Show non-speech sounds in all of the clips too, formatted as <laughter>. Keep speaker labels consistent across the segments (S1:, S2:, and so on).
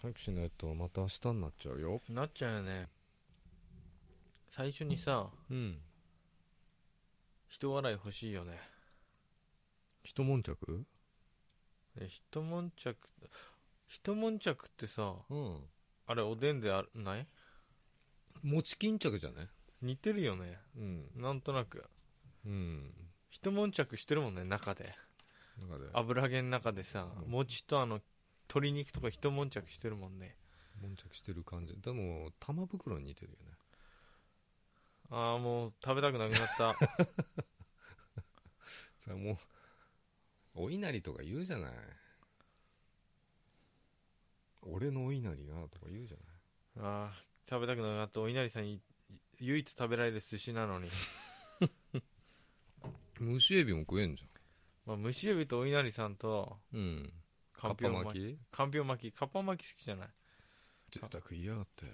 S1: 早くしないとまた明日になっちゃうよ
S2: なっちゃうよね最初にさ
S1: うん
S2: 人笑い欲しいよね
S1: 一悶着
S2: ね一悶着一悶着ってさ
S1: うん
S2: あれおでんであるない
S1: 餅巾着じゃない
S2: 似てるよね
S1: うん
S2: なんとなく
S1: うん
S2: 一悶着してるもんね中で
S1: 中で
S2: 油揚げの中でさ
S1: うん
S2: 餅とあの鶏肉とか一悶着してるもんね
S1: 悶着してる感じでも玉袋に似てるよね
S2: ああもう食べたくなくなった <laughs>
S1: さあもうお稲荷とか言うじゃない俺のお稲荷がとか言うじゃない
S2: ああ食べたくなくなったお稲荷さんに唯一食べられる寿司なのに、
S1: 蒸しエビも食えんじ
S2: まあ、蒸し指とお稲荷さんと
S1: ゃんうん
S2: か
S1: かっ
S2: んぴょ
S1: ぱ
S2: う
S1: 巻
S2: 巻き
S1: き
S2: かんぴょう巻きかっぱ巻き好きじゃない
S1: 贅沢言いやがって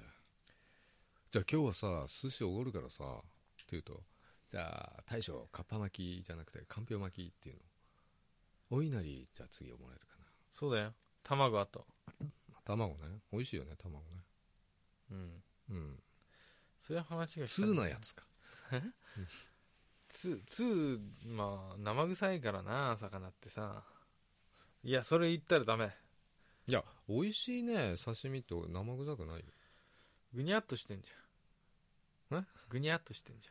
S1: じゃあ今日はさ寿司おごるからさって言うとじゃあ大将かっぱ巻きじゃなくてかんぴょう巻きっていうのお稲荷じゃあ次をもらえるか
S2: そうだよ卵あと
S1: な卵ね美味しいよね卵ね
S2: うん
S1: うん
S2: そういう話がした
S1: 通なやつか
S2: つつまあ生臭いからな魚ってさいやそれ言ったらダメ
S1: いや美味しいね刺身と生臭くないよ
S2: ぐにゃっとしてんじゃん
S1: え
S2: ぐにゃっとしてんじ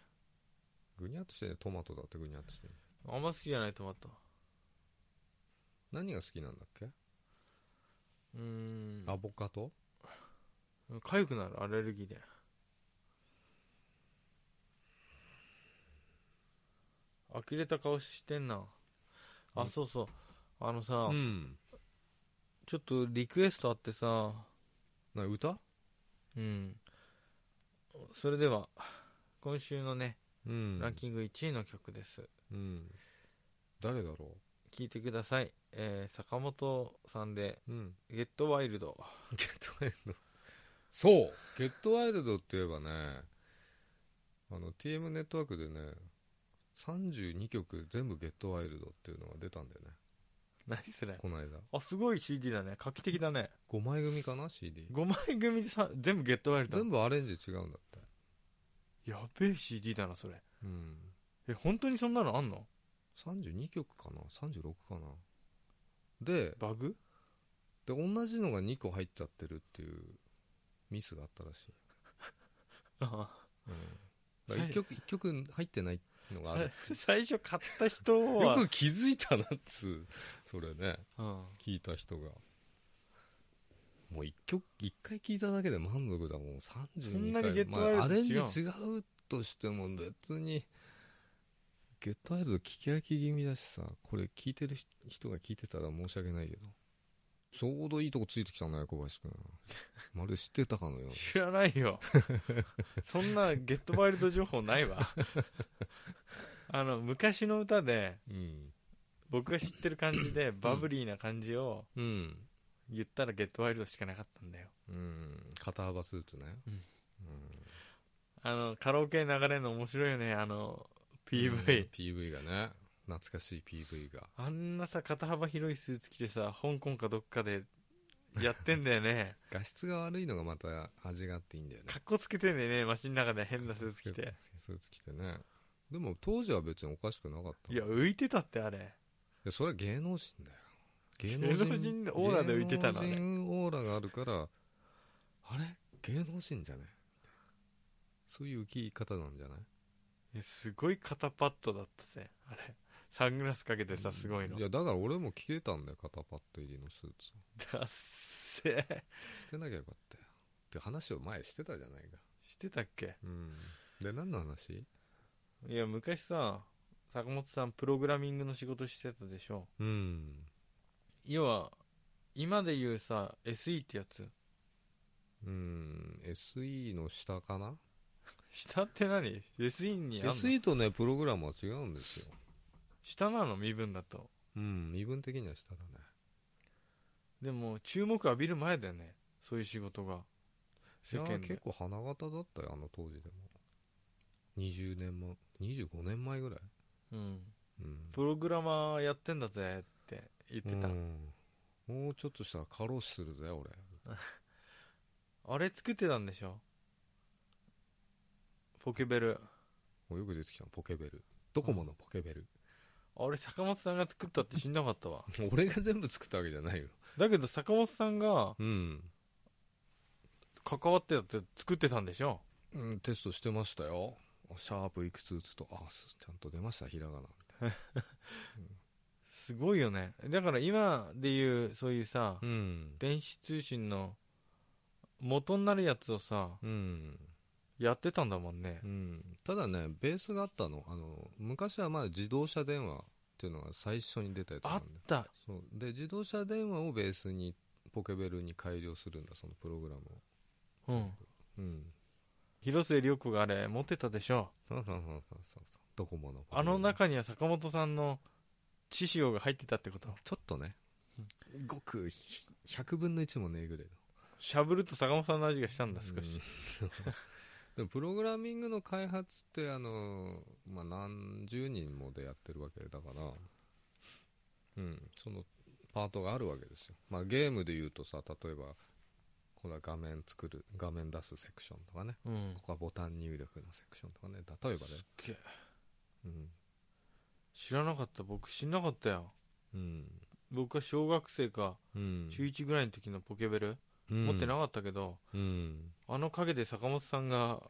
S1: ぐにゃっとしてねトマトだってぐにゃっとしてね
S2: ゃんあんま好きじゃないトマト
S1: 何が好きなんだっけ
S2: うーん
S1: アボカド
S2: 痒くなるアレルギーで呆れた顔してんなあ、
S1: うん
S2: そうそうあのさ、
S1: うん
S2: ちょっとリクエストあってさ
S1: な歌
S2: うんそれでは今週のね
S1: うん
S2: ランキング1位の曲です、
S1: うん誰だろ
S2: 聞いてください、えー坂本さんで
S1: ううん
S2: 「ゲットワイルド
S1: ゲットワイルドそうゲットワイルドって言えばねあの TM ネットワークでね32曲全部ゲットワイルドっていうのが出たんだよね」
S2: 何それ
S1: この間
S2: あすごい CD だね画期的だね
S1: 5枚組かな CD
S2: 5枚組でさ全部ゲットワイルド
S1: 全部アレンジ違うんだって
S2: やべえ CD だなそれ
S1: うん
S2: え本当にそんなのあんの
S1: 32曲かな36かなで
S2: バグ
S1: で同じのが2個入っちゃってるっていうミスがあったらしい、
S2: あ
S1: うん、1曲一曲入ってないのがある
S2: <laughs> 最初買った人
S1: よ
S2: は、
S1: く気づいたなっつうそれね
S2: うん、
S1: 聞いた人がもう1曲一回聞いただけで満足だもん32回
S2: そんなにゲット
S1: まあ
S2: ワ
S1: ア
S2: イルド
S1: レ
S2: 違
S1: ンジ
S2: う
S1: 違うとしても別にゲットワイルド聞き飽き気味だしさこれ聞いてる人人が聞いてたら申し訳ないけどちょうどいいとこついてきたな小林君まるで知ってたかのように
S2: 知らないよそんなゲットワイルド情報な
S1: <laughs>
S2: いわあの昔の歌で
S1: うん。
S2: 僕が知ってる感
S1: <clears throat>
S2: じでバブリーな感じを
S1: うん。
S2: 言ったらゲットワイルドしかなかったんだよ
S1: うん。肩幅スーツね。
S2: うん
S1: うん
S2: あのカラオケ流れるの面白いよねあの PV、
S1: うん PV がね。懐かしい PV が。
S2: あんなさ肩幅広いスーツ着てさ香港かどっかでやってんだ
S1: <laughs>
S2: よね
S1: 画質が悪いのがまた味があっていいんだよね
S2: か。っこつけてんだよね街の中で変なスーツ着て。
S1: スーツ着てね。でも当時は別におかしくなかった。
S2: いや、浮いてたってあれ
S1: でそれは芸能人だよ。芸
S2: 芸能人オーラで浮いてたのね
S1: 芸能人オーラがあるから、あれ芸能人じゃねそういう浮き方なんじゃない
S2: いやすごい肩パッドだったぜあれサングラスかけてさすごいの
S1: いや、だから俺も着てたんだよ、肩パッド入りのスーツを。
S2: だっせー
S1: 捨てなきゃよかったよって話を前してたじゃないか
S2: してたっけ
S1: うんで何の話
S2: いや昔さ坂本さんプログラミングの仕事してたでしょ
S1: うん
S2: 要は今で言うさ SE ってやつ
S1: うん SE の下かな
S2: 下って何 ?SE にあんの
S1: SE とねプログラムは違うんですよ
S2: 下なの身分だと
S1: うん身分的には下だね
S2: でも注目浴びる前だよねそういう仕事が
S1: い
S2: 世
S1: や
S2: 間
S1: 結
S2: で
S1: 構花形だったよあの当時でも20年前25年前ぐらい
S2: うん
S1: うん
S2: プログラマーやってんだぜって言ってた、
S1: うんもうちょっとしたら過労死するぜ俺
S2: あれ作ってたんでしょポケベル
S1: もうよく出てきたのポケベルドコモのポケベル、 <laughs>
S2: あれ坂本さんが作ったって知んなかったわ
S1: 俺が全部作ったわけじゃないよ
S2: だけど坂本さんが
S1: うん、
S2: 関わってたって作ってたんでしょ
S1: うん、テストしてましたよシャープいくつ打つとあすちゃんと出ましたひらがなみ
S2: すごいよねだから今でいうそういうさ、
S1: たいなうん
S2: 電子通信の元になるやつをさ
S1: うん、
S2: やってたんだもんね
S1: うん、ただねベースがあったのあの昔はまだ自動車電話っていうのが最初に出たやつな
S2: あ
S1: ん
S2: っ
S1: で
S2: た
S1: そうで自動車電話をベースにポケベルに改良するんだそのプログラムを
S2: うん
S1: うん
S2: 広末涼子があれ持ってたでしょ
S1: そうそうそうそうそうそうドコモのポケベ
S2: あ
S1: ル
S2: の中には坂本さんの知識が入ってたってこと
S1: ちょっとねごくひ100分の1もねえぐらいの
S2: しゃぶると坂本さんの味がしたんだ少
S1: う
S2: し
S1: ん、でもプログラミングの開発ってあの、まあ、何十人もでやってるわけだから、うん、そのパートがあるわけですよ、まあ、ゲームで言うとさ例えばこれは画面作る画面出すセクションとかね
S2: うん
S1: ここはボタン入力のセクションとかね例えばね
S2: すっげえ
S1: うん、
S2: 知らなかった僕知んなかったよ
S1: うん
S2: 僕は小学生か
S1: うん、
S2: 中1ぐらいの時のポケベル、持ってな
S1: かっ
S2: かったけど
S1: たうん、
S2: あの陰で坂本さん <laughs> が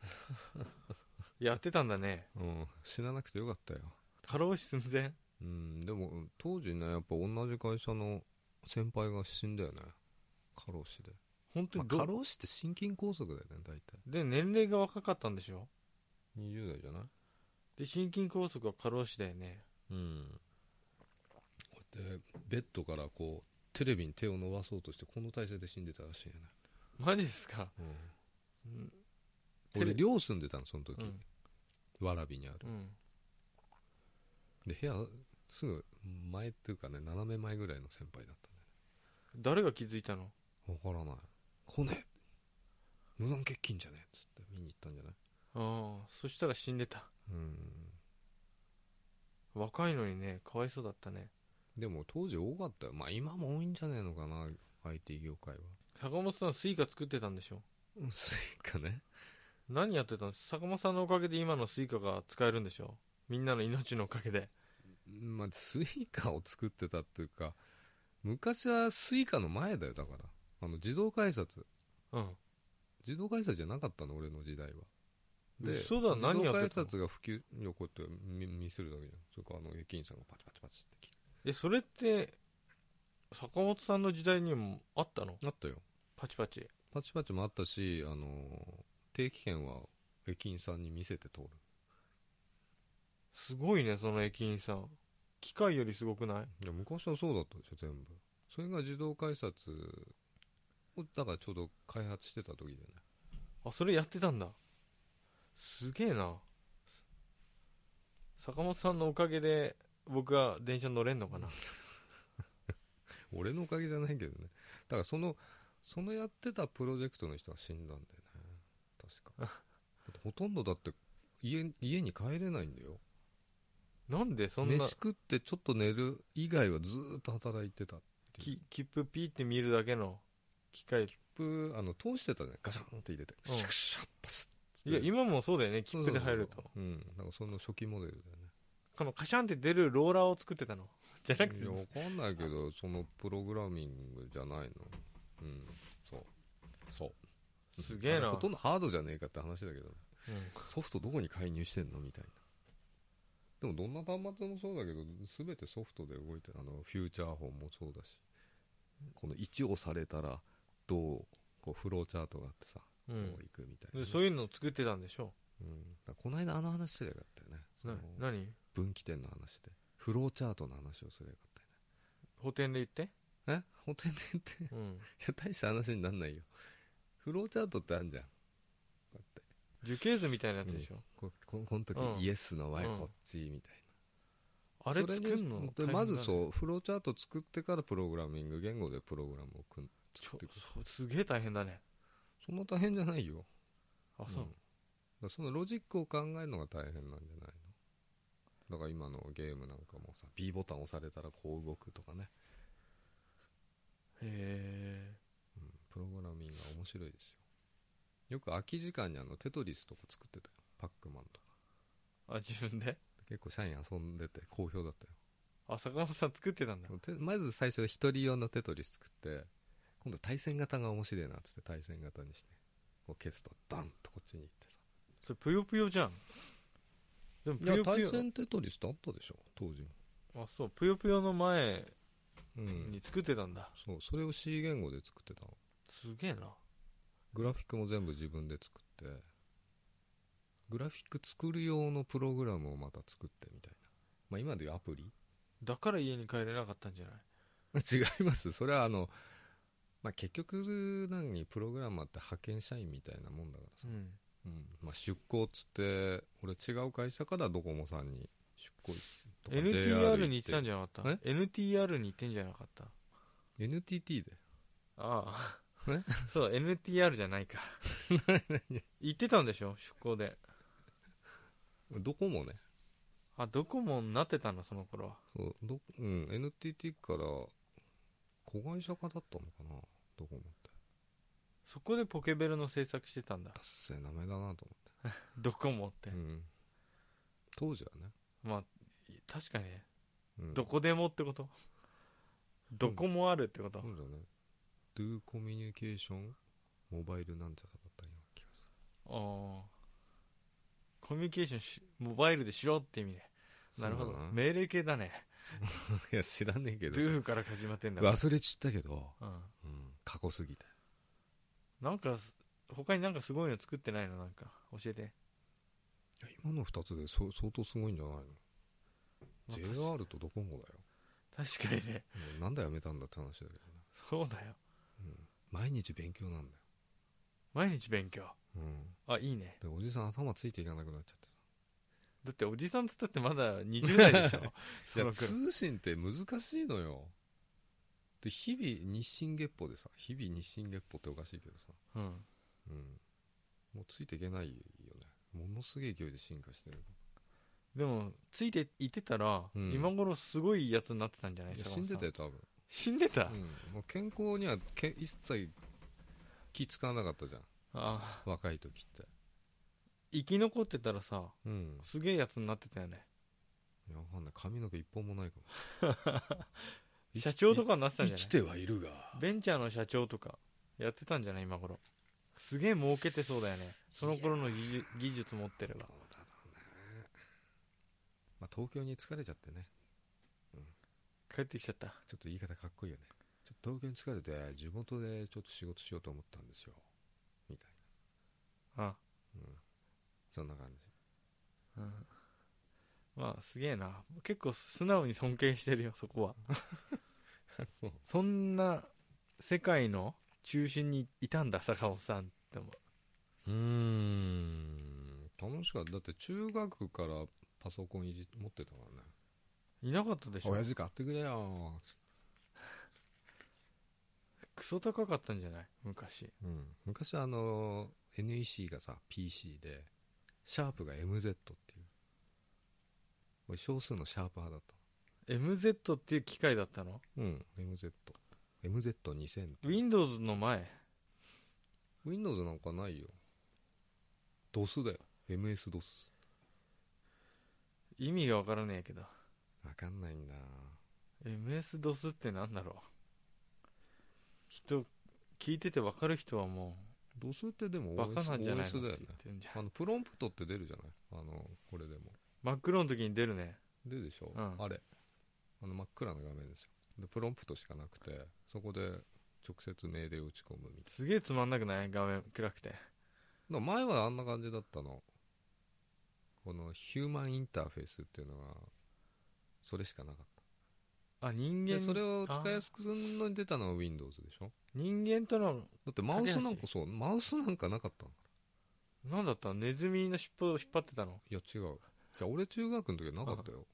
S2: やってたんだね
S1: うん、死ななくてよかったよ
S2: 過労死寸前
S1: うんでも当時ねやっぱ同じ会社の先輩が死んだよね過労死で、
S2: 本当
S1: ま
S2: に
S1: あ、
S2: ど、
S1: 過労死って心筋梗塞だよね大体
S2: で年齢が若かったんでしょ
S1: 20代じゃない
S2: で心筋梗塞は過労死だよね
S1: うんこうやってベッドからこうテレビに手を伸ばそうとしてこの体勢で死んでたらしいよね、
S2: マジですか、うん
S1: うん、
S2: テレ
S1: 俺寮住んでたのその時、
S2: うん
S1: わらびにある
S2: うん
S1: で部屋すぐ前っていうかね斜め前ぐらいの先輩だった
S2: 誰が気づいたの
S1: ねわからない来ねえ無断欠勤じゃねえっつって見に行ったんじゃない
S2: ああそしたら死んでた
S1: うん
S2: 若いのにねかわいそうだったね
S1: でも当時多かったよまあ今も多いんじゃねえのかな IT 業界は
S2: 坂本さんスイカ作ってたんでしょ
S1: スイカね
S2: 何やってたの坂本さんのおかげで今のスイカが使えるんでしょみんなの命のおかげで
S1: まあスイカを作ってたっていうか昔はスイカの前だよだからあの自動改札
S2: うん
S1: 自動改札じゃなかったの俺の時代はで
S2: 嘘だ何やってたの
S1: 自動改札が普及よこうやって見見せるだけじゃんそれからあの駅員さんがパチパチパチって切
S2: えそれって坂本さんの時代にもあったの
S1: るあったよ
S2: パチパチ
S1: パチパチもあったしあの定期券は駅員さんに見せて通る
S2: すごいねその駅員さん機械よりすごくない
S1: いや昔はそうだったでしょ全部それが自動改札をだからちょうど開発してた時だよね
S2: あそれやってたんだすげえな坂本さんのおかげで僕は電車乗れんのかな
S1: 俺のおかげじゃないけどねだからそのそのやってたプロジェクトの人が死んだんだよね
S2: <laughs>
S1: 確かだってほとんどだって家家に帰れないんだよ
S2: なんでそんな
S1: 飯食ってちょっと寝る以外はずーっと働いてた
S2: き切符ピーって見るだけの機械
S1: プーあの通してたねガシャンって入れて、
S2: うん
S1: シャッシャッパスッって
S2: いや今もそうだよね切
S1: そう
S2: 符
S1: そう
S2: で
S1: そう
S2: 入ると
S1: うんなんかその初期モデルだよね
S2: このカシャンって出るローラーを作ってたのじゃなく
S1: い
S2: て
S1: やわかんないけどそのプログラミングじゃないのうんそうそう
S2: すげえ
S1: あれ
S2: な、
S1: ほとんどハードじゃねえかって話だけど
S2: うん
S1: ソフトどこに介入してんのみたいなでもどんな端末もそうだけど全てソフトで動いてるあのフューチャーフォンもそうだしこの1をされたらどうこうフローチャートがあってさ、
S2: うん
S1: こういくみたいなね、
S2: でそういうのを作ってたんでしょ
S1: うん、だからこの間あの話すればよかったよねそ
S2: な
S1: の
S2: 何
S1: 分岐点の話でフローチャートの話をすればよかったよね
S2: 補填で言って
S1: え本当にねって <laughs>
S2: うん
S1: いや大した話になんないよフローチャートってあるじゃん
S2: 樹形図みたいなやつでしょ、
S1: こここの時、
S2: うん
S1: イエスの Y
S2: うん
S1: こっちみたいな、
S2: あれ作るの
S1: それにでまず
S2: う
S1: そうフローチャート作ってからプログラミング言語でプログラムを組ん
S2: ち
S1: 作
S2: ょ
S1: っていく
S2: そうすげえ大変だね
S1: そんな大変じゃないよ
S2: あそう、
S1: んだからそのロジックを考えるのが大変なんじゃないのだから今のゲームなんかもさ B ボタン押されたらこう動くとかね、
S2: へえ
S1: うん、プログラミングは面白いですよよく空き時間にあのテトリスとか作ってたよパックマンとか
S2: あ自分で
S1: 結構社員遊んでて好評だったよ
S2: あ坂本さん作ってたんだ
S1: てまず最初一人用のテトリス作って今度対戦型が面白いなっつって対戦型にしてこう消すとダンとこっちに行ってさ
S2: それぷよぷよじゃんでも
S1: い
S2: ぷ
S1: や
S2: よぷ
S1: 対
S2: よ
S1: 戦テトリスってあったでしょ当時も
S2: あそうぷよぷよの前
S1: うん
S2: に作ってたんだ、
S1: そうそれを C 言語で作ってたの
S2: すげえな
S1: グラフィックも全部自分で作ってグラフィック作る用のプログラムをまた作ってみたいなまあ今でいうアプリ
S2: だから家に帰れなかったんじゃない
S1: <laughs> 違いますそれはあのまあ結局何にプログラマーって派遣社員みたいなもんだからさ
S2: うん
S1: うんまあ、出向っつって俺違う会社からドコモさんに出向とか
S2: NTR に行
S1: 行
S2: ってたん
S1: じ
S2: じゃなかった NTR に行ってんじゃなかった
S1: ゃ NTT で
S2: あ
S1: え
S2: あ <laughs> そう NTR じゃな
S1: <laughs>
S2: いか行ってたんでしょ出向で
S1: ドコモね
S2: あドコモになってたのその頃は
S1: そうど、うん、NTT から子会社化だったのかなドコモって
S2: そこでポケベルの制作してたんだ
S1: 達成名前だなと思っ
S2: ドコモって
S1: て、、うん、当時はね、
S2: まあい確かにね
S1: うん、
S2: どこでもってことどこもあるってこと、
S1: なんだよね Do コミュニケーションモバイルなんちゃらだったような気がする
S2: ああコミュニケーションしモバイルでしろって意味でなるほ
S1: そ
S2: ど
S1: うだな
S2: 命令系だね
S1: いや知らねえけ
S2: ド
S1: ど
S2: ゥーから始まってんだ
S1: 忘れちったけど、
S2: うん
S1: うん、過去すぎて
S2: なんかす他になんかすごいの作ってないのなんか教えて、
S1: いや今の2つでそ相当すごいんじゃないの
S2: まあ
S1: JR とドコモだよ
S2: 確かにね
S1: もうなんでやめたんだって話だけどね、
S2: そうだよ
S1: うん、毎日勉強なんだよ、
S2: 毎日勉強
S1: うん、
S2: あいいね
S1: でおじさん頭ついていかなくなっちゃって
S2: だっておじさんつったってまだ20
S1: <laughs>
S2: 代でしょ
S1: さ
S2: そ
S1: い
S2: の
S1: や
S2: くん
S1: 通信って難しいのよで日々日進月歩でさ日々日進月歩っておかしいけどさ、
S2: うん
S1: うん、もうついていけないよねものすげえ勢いで進化してる
S2: でもついていってたら、
S1: うん
S2: 今頃すごいやつになってたんじゃない
S1: いや
S2: 坂
S1: 死ん
S2: 本さ
S1: でたよ多分、
S2: 死んでた、
S1: うん、もう健康にはけ一切気使わなかったじゃん
S2: あ
S1: 若い時って
S2: 生き残ってたらさ
S1: うん
S2: すげえやつになってたよね
S1: いやわかんない髪の毛一本もないかもしれない
S2: 社長とかになってたんじゃ
S1: 生
S2: ない
S1: きてはいるが
S2: ベンチャーの社長とかやってたんじゃない今頃すげえ儲けてそうだよねその頃の技術技術持ってれば
S1: どうだろうねまあ東京に疲れちゃってね
S2: 帰ってきちゃった
S1: ちょっと言い方かっこいいよねちょっと東京に疲れて地元でちょっと仕事しようと思ったんですよみたい
S2: あ、
S1: な、うん、そんな感じ
S2: うん、まあすげえな結構素直に尊敬してるよそこは
S1: そう
S2: そんな世界の中心にいたんだ坂本さんって思う
S1: うーん楽しかっただって中学からパソコンいじ持ってたからね
S2: いなかったでしょ
S1: 親父買ってくれよつって
S2: クソ高かったんじゃない昔
S1: うん、昔あの NEC がさ PC でシャープが MZ っていう俺少数のシャープ派だっ
S2: MZ っていう機械だったの
S1: たうん MZMZ2000
S2: Windows の前
S1: Windows なんかないよ DOS だよ MSDOS
S2: 意味がわからねえけど
S1: わかんないんだ
S2: MS-DOS ってなんだろう人聞いててわかる人はも
S1: DOS ってでも
S2: う
S1: OS,
S2: バカなんじゃないのって
S1: だ
S2: 言っ
S1: よね
S2: てんじゃ
S1: あ
S2: ん
S1: のプロンプトって出るじゃないあのこれでも
S2: 真っ黒の時に出るね
S1: 出るでしょ、
S2: うん
S1: あれあの真っ暗な画面ですよでプロンプトしかなくてそこで直接命令を打ち込むみたいな
S2: すげえつまんなくない画面暗くて
S1: だから前はあんな感じだったのこのヒューマンインターフェースっていうのはそれしかなかっ
S2: あ人
S1: たで
S2: 間
S1: それを
S2: あー
S1: 使いやすくするのに出たのは Windows でしょ
S2: 人間との
S1: だってマウスなん
S2: 架け
S1: かそうマウスなんかなかったの
S2: 何だったのネズミの尻尾を引っ張ってたの
S1: いや違うじゃあ俺中学の時はなかったよ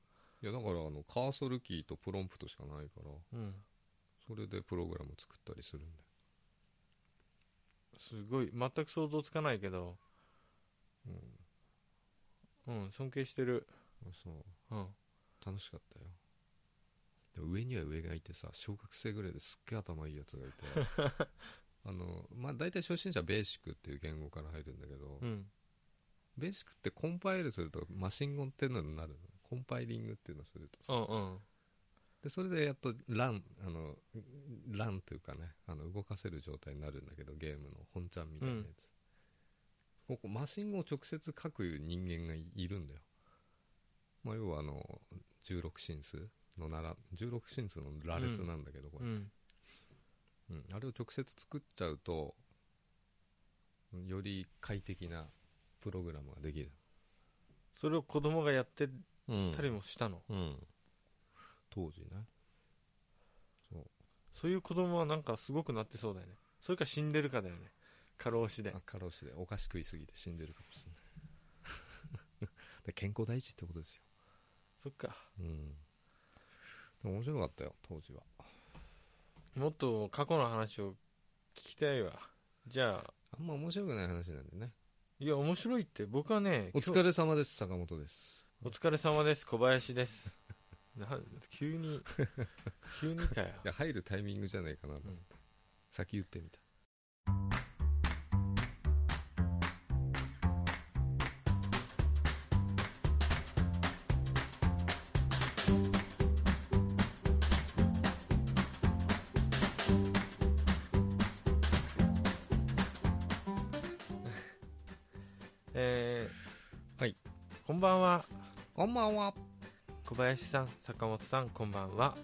S1: いやだからあのカーソルキーとプロンプトしかないから
S2: うん
S1: それでプログラム作ったりするんだよ
S2: すごい全く想像つかないけど
S1: うん
S2: うん尊敬してる
S1: そう
S2: うん
S1: 楽しかったよ
S2: <laughs>
S1: でも上には上がいてさ小学生ぐらいですっげえ頭いいやつがいてあのまあ大体初心者ベーシックっていう言語から入るんだけど、
S2: うん。
S1: ベーシックってコンパイルするとマシン語ってのになるのコンパイリングっていうのをすると
S2: う
S1: さ
S2: んうん。
S1: でそれでやっとランあのランというかねあの動かせる状態になるんだけどゲームの本ちゃんみたいなやつ、ここマシン語を直接書く人間がいいるんだよ、まあ、要はあの16進数のなら16進数の羅列なんだけど、これ
S2: うん。
S1: うん、あれを直接作っちゃうとより快適なプログラムができる、
S2: それを子供がやって
S1: うん
S2: たりもしたの。
S1: 当時ねそう
S2: そういう子供はなんかすごくなってそうだよね。それか死んでるかだよね。過労死で
S1: あ。過労死でお菓子食いすぎて死んでるかもしれないで <laughs> 健康第一ってことですよ
S2: そっか。
S1: うんでも面白かったよ当時は
S2: もっと過去の話を聞きたいわ。じゃあ、
S1: あんま面白くない話なんでね
S2: いや、面白いって。僕はね、
S1: お
S2: 今日
S1: 疲れ様です坂本です
S2: お疲れ様です。小林です。なん
S1: <laughs>
S2: 急に、急にかよ。
S1: いや入るタイミングじゃないかなと思って、先言ってみた
S2: えー、
S1: はい。
S2: こんばんは。
S1: こんばんは
S2: 小林さん、坂本さん、こんばんは。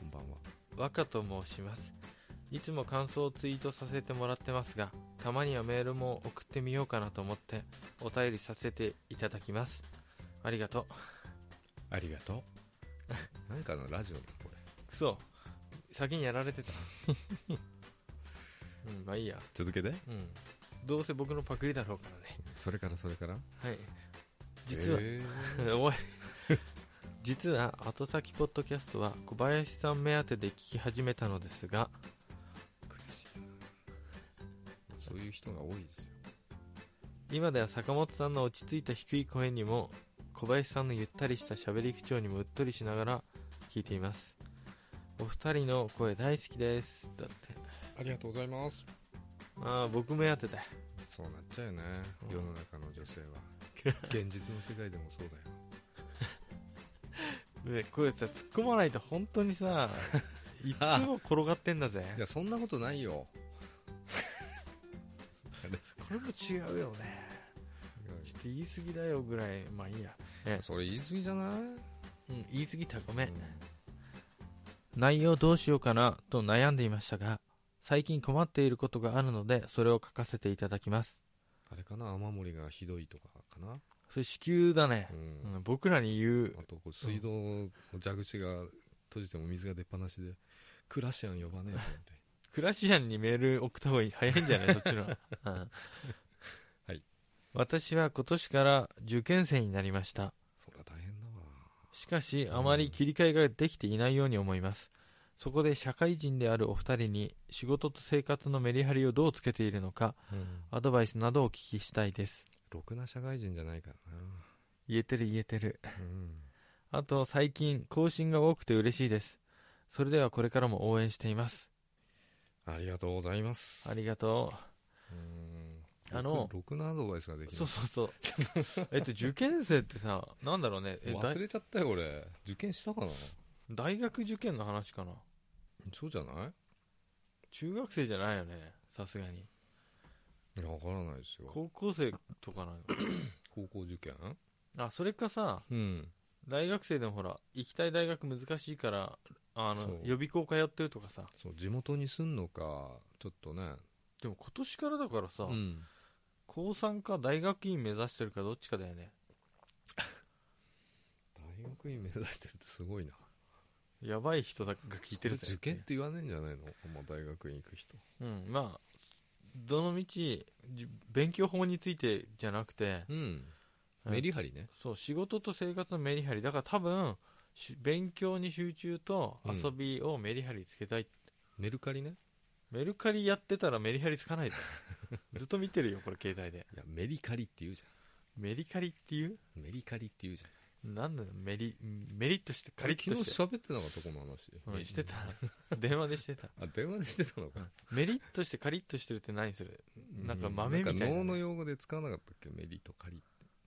S1: こんばんは
S2: 若と申しますいつも感想をツイートさせてもらってますがたまにはメールも送ってみようかなと思ってお便りさせていただきますありがとう
S1: ありが <laughs> とうなんかのラジオだこれ
S2: くそ先にやられてたうんまあいいや
S1: 続けて
S2: うんどうせ僕のパクリだろうからね
S1: それからそれから
S2: はい実は、
S1: え
S2: おい実は後先ポッドキャストは小林さん目当てで聞き始めたのですが
S1: ー悔しいなそういう人が多いですよ
S2: 今では坂本さんの落ち着いた低い声にも小林さんのゆったりした喋り口調にもうっとりしながら聞いていますお二人の声大好きですだって
S1: ありがとうございます
S2: ああ僕目当てだよ
S1: そうなっちゃうよね
S2: うん
S1: 世の中の女性は <laughs> 現実の世界でもそうだよ
S2: ねこれさ突っ込まないと本当に <laughs> さいつも転がってんだぜ
S1: いやそんなことないよ
S2: これも違うよねちょっと言い過ぎだよぐらいまあいいや、ね
S1: それ言い過ぎじゃない
S2: うん、言い過ぎたごめん
S1: うん
S2: 内容どうしようかなと悩んでいましたが最近困っていることがあるのでそれを書かせていただきます
S1: あれかな雨漏りがひどいとかかな
S2: それ支給だね
S1: う、
S2: うんん、僕らに言う
S1: あとこう水道の蛇口が閉じても水が出っ放しでクラシアン呼ばねえと思って
S2: クラシアンにメール送った方がいい早いんじゃ <laughs> ないそっちの、うん
S1: はい
S2: 私は今年から受験生になりました
S1: そりゃ大変だわ
S2: しかしあまり切り替えができていないように思いますそこで社会人であるお二人に仕事と生活のメリハリをどうつけているのかアドバイスなどをお聞きしたいです
S1: ろくな社会人じゃないからな
S2: 言えてる言えてる
S1: うん
S2: あと最近更新が多くて嬉しいですそれではこれからも応援しています
S1: ありがとうございます。
S2: ありがとう
S1: うーん
S2: あの
S1: ろくろくなアドバイスができる
S2: そう。そうそう <laughs> えっと受験生ってさなんだろうねえ
S1: 忘れちゃったよ、俺。受験したかな
S2: 大大学受験の話かな
S1: そうじゃない
S2: 中学生じゃないよねさすがに
S1: いや、わからないですよ。
S2: 高校生とかな
S1: 高校受験
S2: のあそれかさ
S1: うん。
S2: 大学生でもほら行きたい大学難しいからあ
S1: そう
S2: の予備校通ってるとかさ
S1: そう、地元に住んのか、ちょっとね。
S2: でも今年からだからさ、
S1: うん。
S2: 高3か大学院目指してるかどっちかだよね
S1: 大学院目指してるってすごいな。
S2: やばい人だが聞いてるぜ
S1: それ受験って言わねえんじゃないのあんま大学院行く人。
S2: うんまあどの道じ勉強法についてじゃなくて
S1: うん。
S2: うん
S1: メリハリね。
S2: そう仕事と生活のメリハリだから多分し勉強に集中と
S1: うん
S2: 遊びをメリハリつけたい、
S1: メルカリね。
S2: メルカリやってたらメリハリつか
S1: <laughs>
S2: ないぞずっと見てるよこれ携帯で
S1: いや、メリカリって言うじ
S2: メリカリっていう
S1: ゃん。メリカリって言うじゃん。
S2: なんだよメリメリットしてカ
S1: あ
S2: リ
S1: れ
S2: ッ
S1: 昨
S2: と
S1: 日
S2: して、
S1: 喋ってなかったこの話、
S2: うん、してた電話でしてた
S1: あ電話でしてたのか、
S2: メリットしてカリッとしてるって何それなんか豆みたいな
S1: なんか脳の用語で使わなかったっけメリとカリ、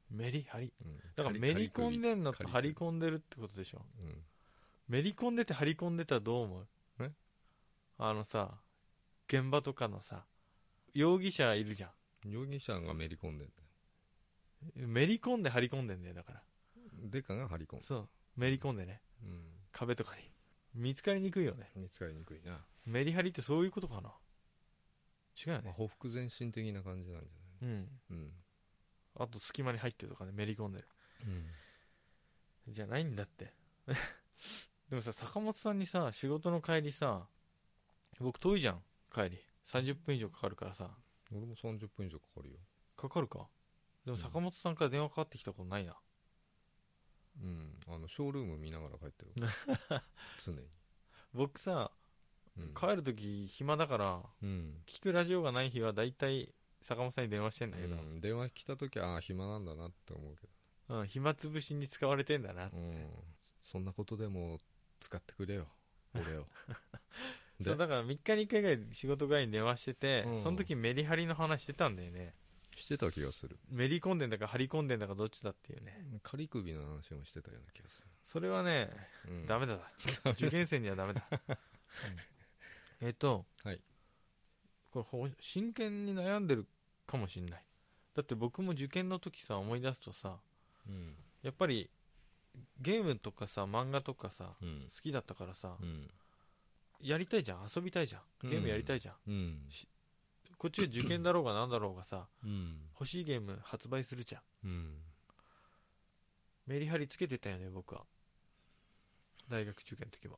S2: メリハリ
S1: うん
S2: だからめり込んでんのと
S1: カリ
S2: 張り込んでるってことでしょ
S1: うん
S2: めり込んでて張り込んでたらどう思う
S1: え
S2: あのさ現場とかのさ容疑者いるじゃ
S1: 容疑者がめり込んでんだ
S2: んめり込んで張り込んでんだよだから
S1: よデカが張り込む、
S2: そうめり込んでね
S1: うん、
S2: 壁とかに見つかりにくいよね
S1: 見つかりにくいな、
S2: メリハリってそういうことかな違うよ
S1: まあ、
S2: ね
S1: ほふ前進的な感じなんじ
S2: うん
S1: ゃない
S2: あと隙間に入ってるとかねめり込んでる
S1: うん、
S2: じゃないんだって <laughs> でもさ坂本さんにさ仕事の帰りさ僕遠いじゃん帰り30分以上かかるからさ
S1: 俺も30分以上かかるよ
S2: かかるかでも坂本さんから電話かかってきたことないな、
S1: うんあのショールーム見ながら帰
S2: <laughs>
S1: ってる常に、
S2: 僕さ
S1: うん
S2: 帰る時暇だから
S1: うん
S2: 聞くラジオがない日は大体坂本さんに電話してんだけど、
S1: うん電話来た時はああ暇なんだなって思うけ
S2: うん暇つぶしに使われてんだな、
S1: ど、うん、そんなことでも使ってくれよ俺
S2: <laughs>
S1: をで
S2: そうだから3日に1回ぐらい仕事帰りに電話してて、
S1: うん
S2: その時メリハリの話してたんだよね
S1: してた気がする
S2: メリ込んでんだか張り込んでんだかどっちだっていうね
S1: 仮首の話もしてたような気がす
S2: それはね
S1: る、うん
S2: ダメだ
S1: <laughs>
S2: だ受験生にはダメだ、うんえっと、
S1: はい
S2: これほ真剣に悩んでるかもしんないだって僕も受験の時さ思い出すとさ
S1: うん
S2: やっぱりゲームとかさ漫画とかさ
S1: う
S2: 好
S1: ん
S2: きだったからさ、
S1: うん
S2: やりたいじゃん遊びたいじゃんゲームやりたいじゃん、
S1: うん
S2: こっちが受験だろうがなんだろうがさ
S1: うん
S2: 欲しいゲーム発売するじゃ
S1: う
S2: ん
S1: ん
S2: メリハリつけてたよね僕は大学受験の時は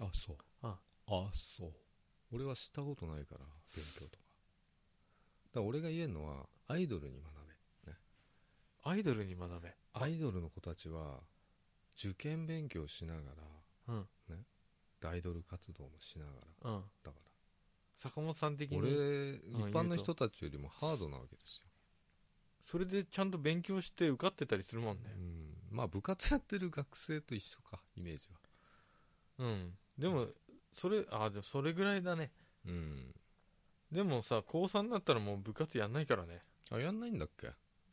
S1: あそう
S2: あ
S1: あそう俺はしたことないから勉強とかだから俺が言えるのはアイドルに学べ
S2: アイドルに学べ
S1: アイドルの子たちは受験勉強しなが
S2: う
S1: ら、
S2: ん
S1: ね、でアイドル活動もしながら
S2: うん
S1: だか
S2: 坂本さん的
S1: ら俺
S2: に
S1: 一般の人たちよりもハードなわけですよ、
S2: それでちゃんと勉強して受かってたりするもんね
S1: うん、まあ部活やってる学生と一緒かイメージは
S2: うんでもそれあでもそれぐらいだね
S1: うん
S2: でもさ高3になったらもう部活やんないからね
S1: あやんないんだっけ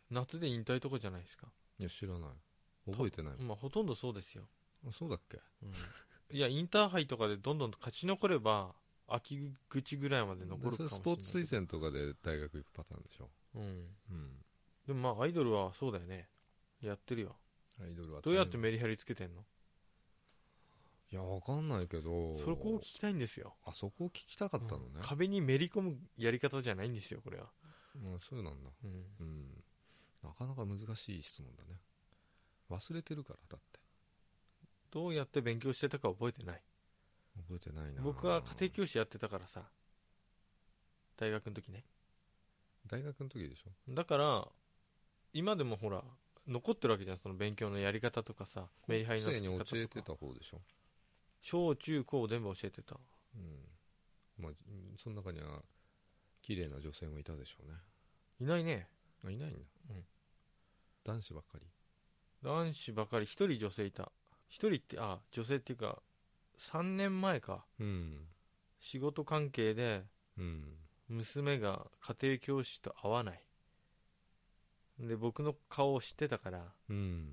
S2: 夏で引退とかじゃないですか
S1: いや知らない覚えてない
S2: まあほとんどそうですよ、
S1: あそうだっけ
S2: うん、いやインターハイとかでどんどん勝ち残れば秋口ぐらいまで残
S1: そ
S2: るかも
S1: れ
S2: しれない
S1: スポーツ推薦とかで大学行くパターンでしょ
S2: うん
S1: うん
S2: でもまあアイドルはそうだよねやってるよ
S1: アイドルは
S2: どうやって
S1: い
S2: メリハリつけてんの
S1: やわかんないけど
S2: そこを聞きたいんですよ
S1: あそこを聞きたかったのね
S2: うん、壁にめり込むやり方じゃないんですよこれは、
S1: うん、そうなんだ
S2: うん、
S1: うんなかなか難しい質問だね忘れてるからだって
S2: どうやって勉強してたか覚えてない
S1: 覚えてないな
S2: 僕は家庭教師やってたからさ大学の時ね
S1: 大学の時でしょ
S2: だから今でもほら残ってるわけじゃんその勉強のやり方とかさメリハリの
S1: 常に教えて
S2: つけ方とか
S1: た方でしょ
S2: 小中高全部教えてた
S1: うんまあうんその中には綺麗な女性もいたでしょうね
S2: いないね
S1: あいないんだ、
S2: うん
S1: 男子ばっかり
S2: 男子ばかり一人女性いた一人ってあ女性っていうか3年前か
S1: うん
S2: 仕事関係で
S1: うん
S2: 娘が家庭教師と会わないで僕の顔を知ってたから
S1: うん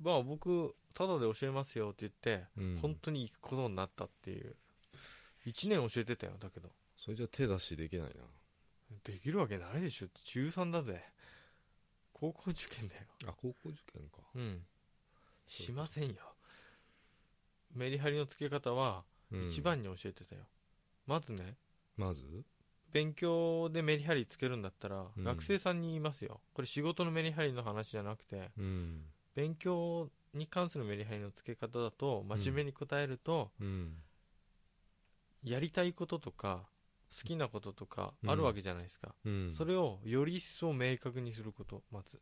S2: まあ僕タダで教えますよって言って、
S1: うん
S2: 本当に行くことになったっていう1年教えてたよだけど
S1: それじゃ手出しできないな
S2: できるわけないでしょ中3だぜ高校受験だよ
S1: あ高校受験か
S2: うんしませんよメリハリのつけ方は
S1: うん
S2: 一番に教えてたよ、まずね
S1: まず
S2: 勉強でメリハリつけるんだったら、
S1: うん
S2: 学生さんに言いますよこれ仕事のメリハリの話じゃなくて
S1: うん
S2: 勉強に関するメリハリのつけ方だと真面目に答えると、
S1: うん
S2: やりたいこととか好きなこととか
S1: うん
S2: あるわけじゃないですか、
S1: うん
S2: それをより一層明確にすることまず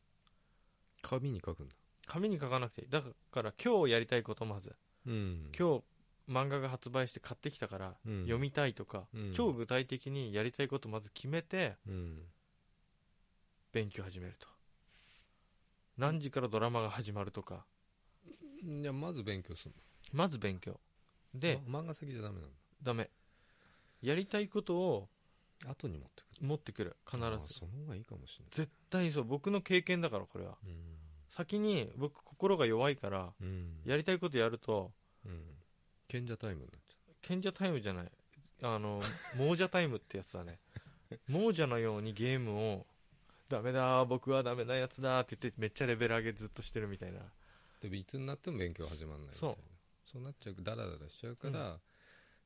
S1: 紙に書くんだ
S2: 紙に書かなくていいだから今日やりたいことまず
S1: うん
S2: 今日漫画が発売して買ってきたから
S1: うん
S2: 読みたいとか、
S1: うん
S2: 超具体的にやりたいことまず決めて
S1: うん
S2: 勉強始めると何時からドラマが始まるとか
S1: じゃまず勉強する
S2: まず勉強で、
S1: ま漫画先じゃダメなん
S2: ダメやりたいことを
S1: だ後に持ってくる
S2: 持ってくる必
S1: あー
S2: ず
S1: その方がいいかもしれ
S2: 絶対そう僕の経験だからこれは
S1: ない
S2: 先に僕心が弱いから
S1: うんうん
S2: やりたいことやると
S1: うん賢者タイムになっちゃ
S2: 賢者タイムじゃない
S1: <laughs>
S2: あの亡者タイムってやつだね亡者のようにゲームをダメだ僕はダメなやつだって言ってめっちゃレベル上げずっとしてるみたいな
S1: うでいつになっても勉強始まんないみたいな
S2: そう
S1: そうなっちゃうダラダラしちゃうから、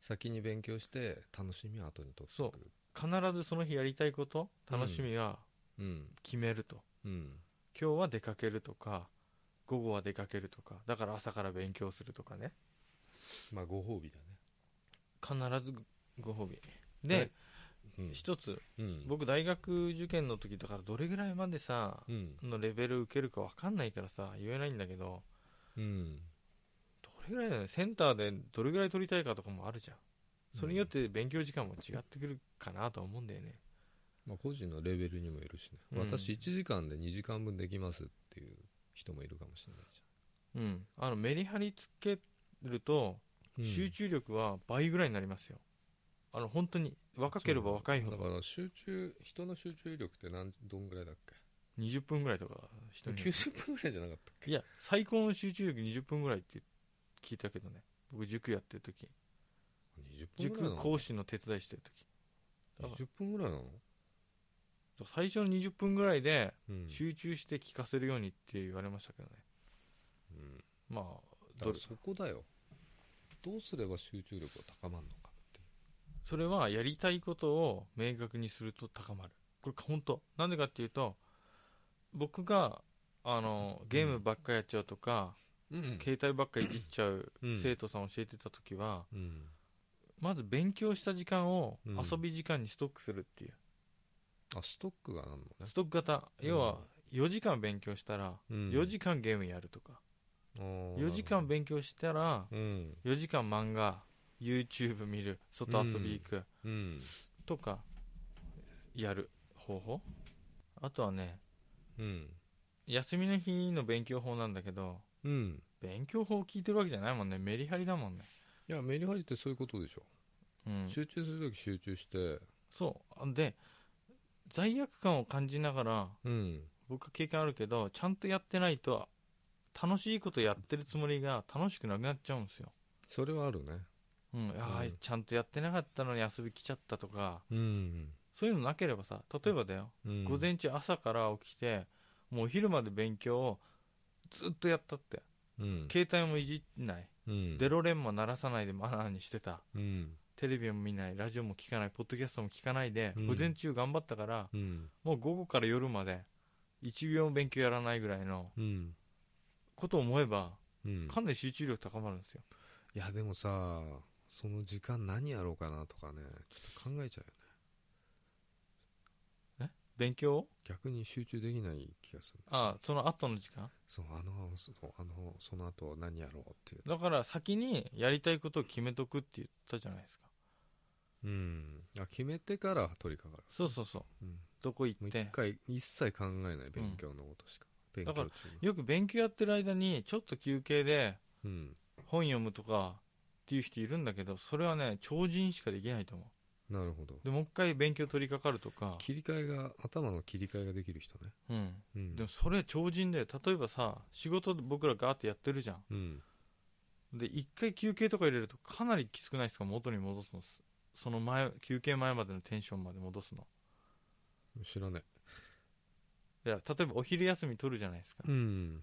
S1: 先に勉強して楽しみは後に取ってくる
S2: 必ずその日やりたいこと楽しみは
S1: うん
S2: 決めると、
S1: うん
S2: 今日は出かけるとか午後は出かけるとかだから朝から勉強するとかね
S1: まあご褒美だね
S2: 必ずご褒美で、
S1: うん
S2: 一つ
S1: うん
S2: 僕大学受験の時だからどれぐらいまでさ
S1: うん
S2: のレベル受けるか分かんないからさ言えないんだけど
S1: うん
S2: どれぐらいだよねセンターでどれぐらい取りたいかとかもあるじゃんそれによって勉強時間も違ってくるかなとは思うんだよね
S1: まあ、個人のレベルにもよるしね、
S2: うん
S1: 私1時間で2時間分できますっていう人もいるかもしれないじ
S2: うんあのメリハリつけると
S1: ゃん、
S2: 集中力は倍ぐらいになりますよ、あの本当に若ければ若いほ
S1: だ
S2: ど
S1: から集中人の集中力って何どんぐらいだっけ
S2: 20分ぐらいとか人によって
S1: 90分ぐらいじゃなかったっけ
S2: いや最高の集中力20分ぐらいって聞いたけどね僕塾やってる時
S1: 20分ぐらい
S2: 塾
S1: なの
S2: 講師の手伝いしてる時
S1: 20分ぐらいなの
S2: 最初の20分ぐらいで
S1: うん、
S2: 集中して聞かせるようにって言われましたけどね、
S1: うん
S2: まあ
S1: だか
S2: どれ
S1: らそこだよどうすれば集中力が高まるのかって
S2: それはやりたいことを明確にすると高まるこれ本当なんでかっていうと僕があのゲームばっかやっちゃうとか、
S1: うん
S2: 携帯ばっかいじっちゃう
S1: うん
S2: 生徒さん教えてた時は、
S1: うん、
S2: まず勉強した時間を
S1: うん
S2: 遊び時間にストックするっていう、
S1: あストックがなんのね
S2: ストック型
S1: うん
S2: 要は4時間勉強したら4時間ゲームやるとか、4
S1: 4
S2: 時間勉強したら
S1: うん
S2: 4時間漫画 YouTube 見る外遊び行く
S1: うん
S2: とかやる方法あとはね
S1: うん
S2: 休みの日の勉強法なんだけど
S1: うん
S2: 勉強法を聞いてるわけじゃないもんねメリハリだもんね
S1: いやメリハリってそういうことでしょ、
S2: うん
S1: 集中するとき集中して
S2: そうで罪悪感を感じながら
S1: うん
S2: 僕は経験あるけどちゃんとやってないと楽しいことやってるつもりが楽しくなくなっちゃうんですよ
S1: それはあるね
S2: うん、あ
S1: う
S2: ー
S1: ん
S2: ちゃんとやってなかったのに遊び来ちゃったとか
S1: うん、
S2: そういうのなければさ例えばだよ、
S1: うん、
S2: 午前中朝から起きてもうお昼まで勉強をずっとやったって、
S1: うん、
S2: 携帯もいじんない、
S1: うん
S2: デロレンも鳴らさないでマナーにしてた
S1: うん
S2: テレビも見ないラジオも聞かないポッドキャストも聞かないで、
S1: うん
S2: 午前中頑張ったから
S1: うん
S2: もう午後から夜まで1秒も勉強やらないぐらいの
S1: うん
S2: ことを思えば
S1: うん
S2: かなり集中力高まるんですよ、
S1: いやでもさその時間何やろうかなとかねちょっと考えちゃうよね
S2: 勉強を
S1: 逆に集中できない気がする
S2: ああその後の時間
S1: そうあのそうあのその後何やろうっていう
S2: だから先にやりたいことを決めとくって言ったじゃないですか
S1: うんあ決めてから取り掛か
S2: そうそうそう
S1: る、うん、
S2: どこ行
S1: もう
S2: っ
S1: 一
S2: て
S1: 回一切考えない勉強のことしか、勉強
S2: だ
S1: 中
S2: よく勉強やってる間にちょっと休憩で
S1: うん
S2: 本読むとかっていう人いるんだけどそれはね超人しかできないと思
S1: なるほど
S2: うでもう一回勉強取り掛かるとか
S1: 切り替えが頭の切り替えができる人ね
S2: うん
S1: うん
S2: でもそれ超人で例えばさ仕事で僕らガーってやってるじゃん
S1: うん
S2: で一回休憩とか入れるとかなりきつくないですか元に戻すのすその前休憩前までのテンションまで戻すの
S1: 知らない
S2: いや例えばお昼休み取るじゃないですか
S1: うん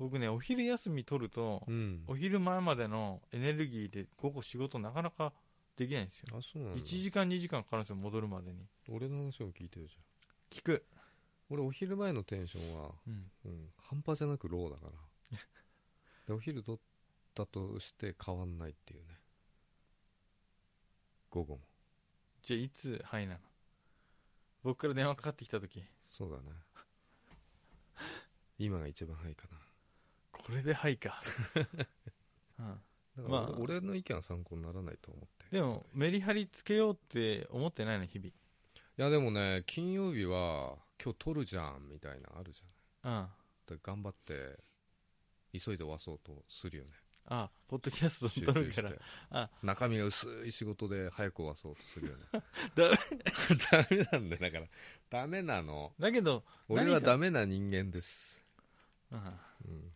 S2: 僕ねお昼休み取ると
S1: うん
S2: お昼前までのエネルギーで午後仕事なかなかできないんですよ
S1: あそうなんだ
S2: 1時間2時間かかるんですよ戻るまでに
S1: 俺の話も聞いてるじゃん
S2: 聞く、
S1: 俺お昼前のテンションは、
S2: うん、
S1: うん、半端じゃなくローだから
S2: <laughs>
S1: でお昼取ったとして変わんないっていうね午後も
S2: じゃあいつ範囲なの僕から電話かかってきた時
S1: そうだね今が一番早いか
S2: これではい
S1: <laughs>
S2: か、うん、
S1: なだから
S2: まあ
S1: 俺,、の意見は参考にならないと思って
S2: でもメリハリつけようって思ってないの日
S1: いやでもね金曜日は今日取るじゃんみたいなのあるじゃん
S2: 々
S1: だから頑張って急いで終わそうとするよね
S2: あポッドキャスト撮るからあ
S1: 中身が薄い仕事で早く終わそうとするよね
S2: <laughs> ダメ
S1: <laughs> ダメなんだよだからダメなの
S2: だけど
S1: 俺は
S2: 何か
S1: ダメな人間です、
S2: うん
S1: うん、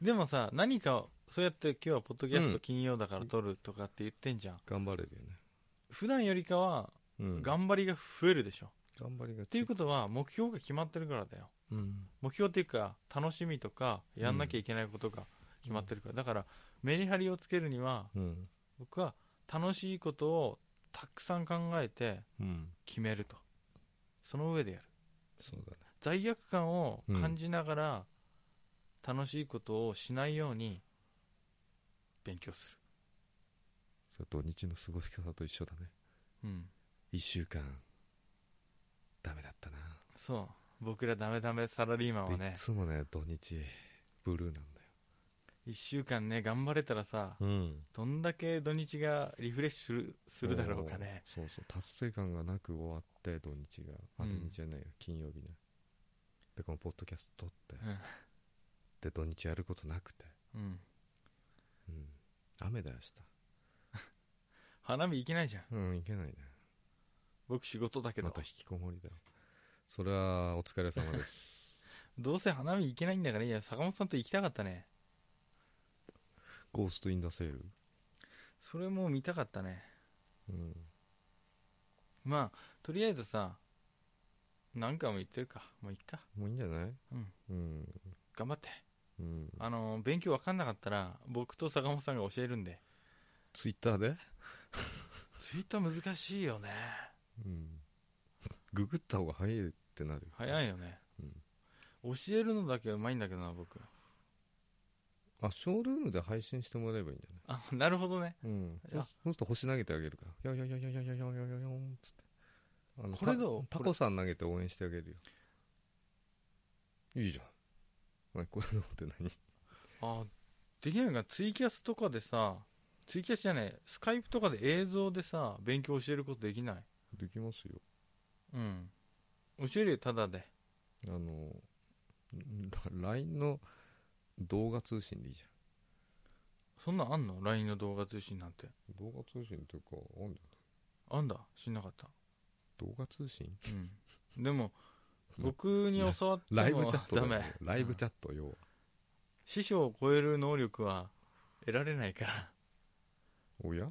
S2: でもさ何かそうやって今日はポッドキャス
S1: う
S2: ト
S1: ん
S2: 金曜だから撮るとかって言ってんじゃん、
S1: 頑張れるよね、
S2: 普段よりかは
S1: うん、
S2: 頑張りが増えるでしょ、
S1: 頑張りがっ
S2: っていうことは目標が決まってるからだよ
S1: と、うん、
S2: 目標っていうか楽しみとかやんなきゃいけないことが決まってるから、だからメリハリをつけるには
S1: うん
S2: 僕は楽しいことをたくさん考えて
S1: うん、
S2: 決めるとその上でやる
S1: そうだね
S2: 罪悪感を感じながら楽しいことをしないように勉強す
S1: それ土日の過ごし方と一緒だね
S2: るうん
S1: 1週間ダメだったな、
S2: そう僕らダメダメサラリーマンはね
S1: いつもね土日ブルーなんだよ
S2: 1週間ね頑張れたらさ
S1: うん
S2: どんだけ土日がリフレッシュするするだろうかね
S1: そうそう達成感がなく終わって土日があ
S2: う
S1: 土
S2: ん
S1: 日じゃないよ、金曜日ねでこのポッドキャスト撮って
S2: うん、
S1: で土日やることなくて、
S2: うん、
S1: うん、雨だよ
S2: 花火行けないじゃ
S1: 明日
S2: ん
S1: うんいけないね
S2: 僕仕事だけど、
S1: また引きこもりだよそれはお疲れ様です
S2: <laughs> どうせ花火行けないんだからいいや坂本さんと行きたかったね
S1: ゴースト・イン・ダ・セール、
S2: それも見たかったね
S1: うん、
S2: まあとりあえずさ何回も言ってるかもういっか
S1: もういいんじゃない
S2: うん
S1: うん
S2: 頑張って
S1: うん
S2: あの勉強わかんなかったら僕と坂本さんが教えるんで
S1: ツイッターで、
S2: ツイッター難しいよね
S1: うん、ググった方が早いってなる
S2: 早
S1: い
S2: いよね、教えるのだけはうまいんだけどな僕
S1: あショールームで配信してもらえばいいんじゃない
S2: あなるほどね
S1: うん、
S2: じ
S1: そ
S2: ゃあ
S1: そうすると星投げてあげるから「よよよよよよよよよよん」っつってあの
S2: これどう
S1: タ
S2: こ
S1: タ
S2: れ
S1: コさん投げて応援してあげるよいいじゃんお前こういうのって何
S2: あできないかツイキャスとかでさツイキャスじゃないスカイプとかで映像でさ勉強教えることできない
S1: できますよ
S2: うん教えるよただで
S1: あのラ LINE の動画通信でいいじゃ
S2: そんなんあんの LINE の動画通信なんて
S1: ん動画通信っていうかあんだ
S2: あんだ知んなかった
S1: 動画通信
S2: うん <laughs> でも僕に教わっても
S1: ライブチャットだ
S2: ダ
S1: よね
S2: メ
S1: ライブチ
S2: ャット
S1: ャット要は
S2: 師匠を超える能力は得られないから
S1: おや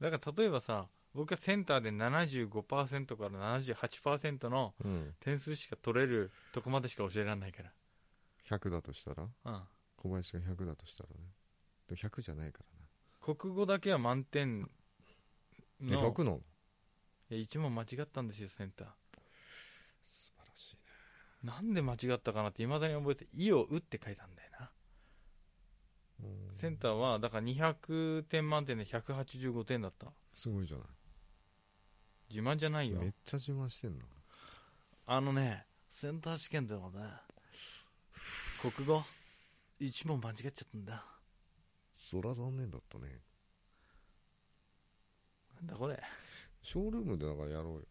S2: だから例えばさ僕がセンターで75%から78%の
S1: うん
S2: 点数しか取れるとこまでしか教えられないか
S1: 100だとしたら
S2: らうん
S1: 小林が100だとしたらねでも100じゃないからな
S2: 国語だけは満点
S1: え
S2: の
S1: 100なの
S2: いや一問間違ったんですよセンター
S1: 素晴らしいね
S2: なんで間違ったかなっていまだに覚えて「い」を「う」って書いたんだよな、
S1: うん
S2: センターはだから200点満点で185点だった
S1: すごいじゃない
S2: 自慢じゃないよ
S1: めっちゃ自慢してんな
S2: あのねセンター試験でもね国語一問間違っちゃったんだ
S1: そら残念だったね
S2: なんだこれ
S1: ショールームでなんかやろうよ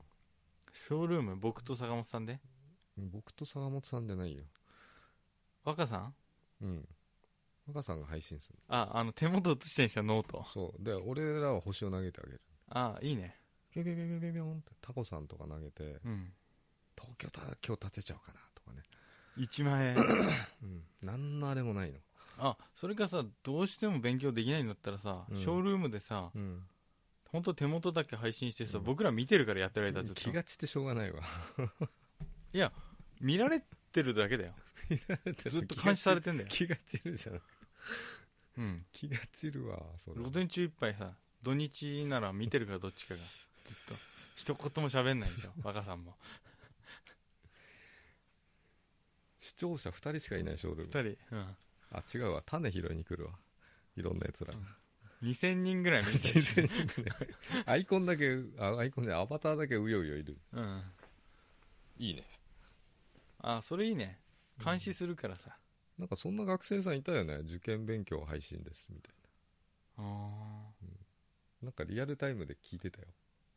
S2: ショールーム僕と坂本さんで
S1: 僕と坂本さんじゃないよ
S2: 若さん
S1: うん若さんが配信する
S2: ああの手元写してんじゃんノート
S1: そうで俺らは星を投げてあげる
S2: あいいね
S1: ピョンピョンピョンピョンピョンってタコさんとか投げて
S2: うん
S1: 東京タワー今日建てちゃおうかなとかね
S2: 1万円
S1: うん何のあれもないの
S2: あそれかさどうしても勉強できないんだったらさ、
S1: うん
S2: ショールームでさ
S1: うん
S2: 本当手元だけ配信してさ、
S1: うん
S2: 僕ら見てるからやってる間ずっ
S1: 気
S2: と
S1: が散ってしょうがないわ
S2: 見られてるだけだよず
S1: <laughs>
S2: っと監視されてんだよ、
S1: 気が散るじゃん
S2: うん、
S1: 気が散るわそれ
S2: 午前中いっぱいさ土日なら見てるからどっちかがずっと一言も喋んない
S1: <laughs>
S2: でしょ若さんも
S1: 視聴者2人しかいないショール
S2: 2
S1: ーム
S2: 人、うん、
S1: あ違うわ種拾いに来るわいろんなやつら
S2: 2000人ぐらい見てる
S1: 全、然アイコンだけあアイコンでアバターだけうようよいる
S2: うん、
S1: いいね
S2: あそれいいね監視するからさ、
S1: なんかそんな学生さんいたよね受験勉強配信ですみたい
S2: あー
S1: ななんかリアルタイムで聞いてたよ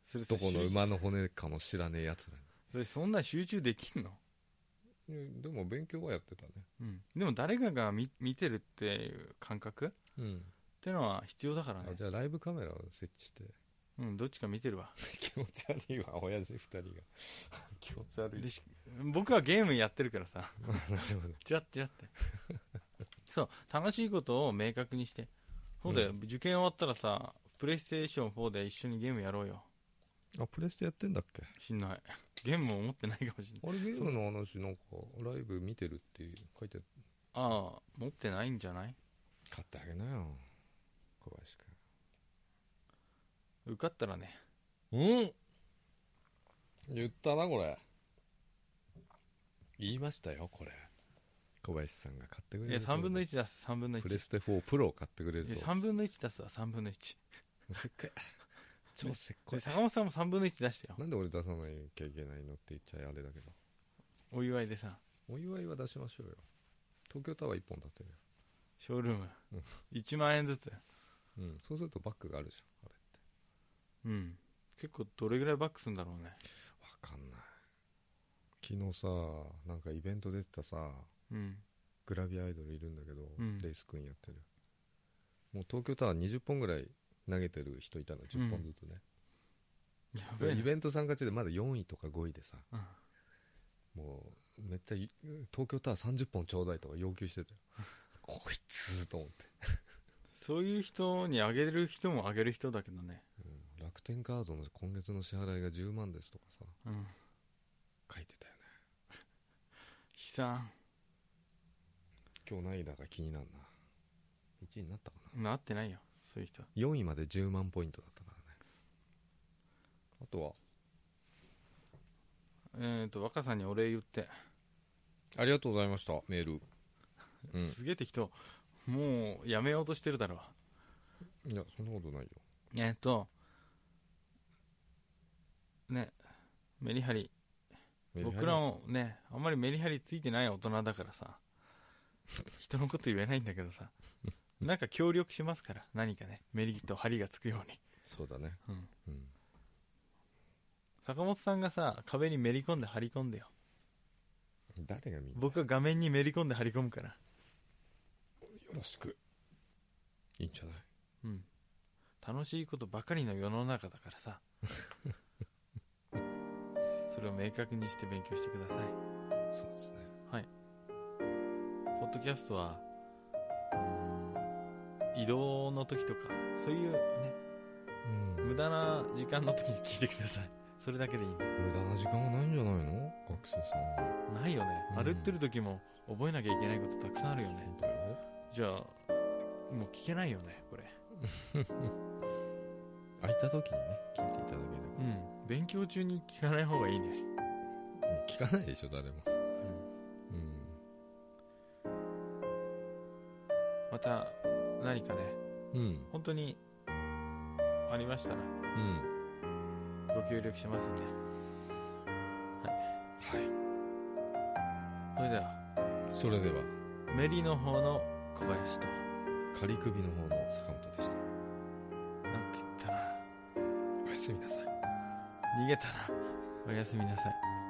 S2: それさ
S1: どこの
S2: 集
S1: 馬の骨かも知らねえやつらに
S2: それそんな集中できんの
S1: でも勉強はやってたね
S2: うん、でも誰かが見見てるっていう感覚っ
S1: うん
S2: てのは必要だからね
S1: あじゃあライブカメラを設置して
S2: うん、どっちか見てるわ
S1: <laughs> 気持ち悪いわ親父二人が <laughs> 気持ち悪い
S2: でし僕はゲームやってるからさ
S1: <laughs> なるほど
S2: チラッチラって
S1: <laughs>
S2: そう楽しいことを明確にしてそうだよ、
S1: う
S2: 受験終わったらさプレイステーション4で一緒にゲームやろうよ
S1: あプレステやってんだっけ
S2: しんないゲームも持ってないかもしんない
S1: あれゲームの話なんかライブ見てるって書い <laughs> てある
S2: ああ持ってないんじゃない
S1: 買ってあげなよ小林
S2: 受かったらね
S1: 君うん言ったなこれ言いましたよこれ小林さんが買ってく
S2: い
S1: れ
S2: や
S1: るそう
S2: 3分の
S1: で
S2: 1出す3分の
S1: プレ
S2: 1
S1: ステ4プロを買ってくれるそうです
S2: 3分の1出すわ3分の1
S1: せっかい超せっか
S2: <laughs> で
S1: い
S2: 坂本さんも3分の1出してよ
S1: なんで俺出さなきゃいけないのって言っちゃあれだけど
S2: お祝いでさ
S1: お祝いは出しましょうよ東京タワー1本建てるよ
S2: ショールーム
S1: うん
S2: 1万円ずつ
S1: うんそうするとバッグがあるじゃんあれ
S2: うん結構どれぐらいバックするんだろうね
S1: わかんない昨日さなんかイベント出てたさ
S2: うん
S1: グラビアアイドルいるんだけど、
S2: うん
S1: レースクイーンやってるもう東京タワー20本ぐらい投げてる人いたの10本ずつね、
S2: や
S1: そ
S2: べ
S1: れ
S2: え
S1: イ
S2: な
S1: ベント参加中でまだ4位とか5位でさ
S2: うん
S1: もうめっちゃい東京タワー30本ちょうだいとか要求して
S2: <laughs>
S1: たよこいつと思って、
S2: そういう人にあげる人もあげる人だけどね
S1: うん楽天カードの今月の支払いが10万ですとかさ
S2: うん
S1: 書いてたよね
S2: 悲惨
S1: 今日何位だか気になるな1位になったかな
S2: なってないよそういう人
S1: 4位まで10万ポイントだったからねあとは
S2: えっと若さんにお礼言って
S1: ありがとうございましたメー
S2: <laughs>
S1: ルうん
S2: すげえ適当もうやめようとしてるだろ
S1: いやそんなことないよ
S2: えっとねメリハリ
S1: メリハリ
S2: 僕らもねあんまりメリハリついてない大人だからさ人のこと言えないんだけど <laughs> さなんか協力しますから何かねメリとハリがつくように、
S1: そうだね
S2: うん、
S1: うん
S2: 坂本さんがさ壁にめり込んで張り込んでよ
S1: 誰が見る
S2: 僕は画面にめり込んで張り込むから
S1: よろしくいいんじゃない
S2: うん楽しいことばかりの世の中だか
S1: <laughs>
S2: らさそれを明確にして勉強してください
S1: そうですね
S2: ポッドキャストはうん移動の時とかそういうね
S1: うん
S2: 無駄な時間の時に聞いてくださいそれだけでいいんだ
S1: 無駄な時間はないんじゃないの学生さん
S2: ないよね、
S1: うん
S2: 歩ってる時も覚えなきゃいけないことたくさんあるよね
S1: そうだよ
S2: じゃあもう聞けないよねこれ
S1: 空いた時にね聞いていただ
S2: うん勉強中に聞かない方がいいね
S1: ければ、うん聞かないでしょ誰もうん
S2: また何かね
S1: うん
S2: 本当にありましたら
S1: うん
S2: ご協力しますんで
S1: はい
S2: それでは
S1: それでは
S2: メリの方の小林と
S1: 仮首の方の坂本でした
S2: なんか言ったな
S1: おやすみなさい
S2: 逃げたなおやすみなさい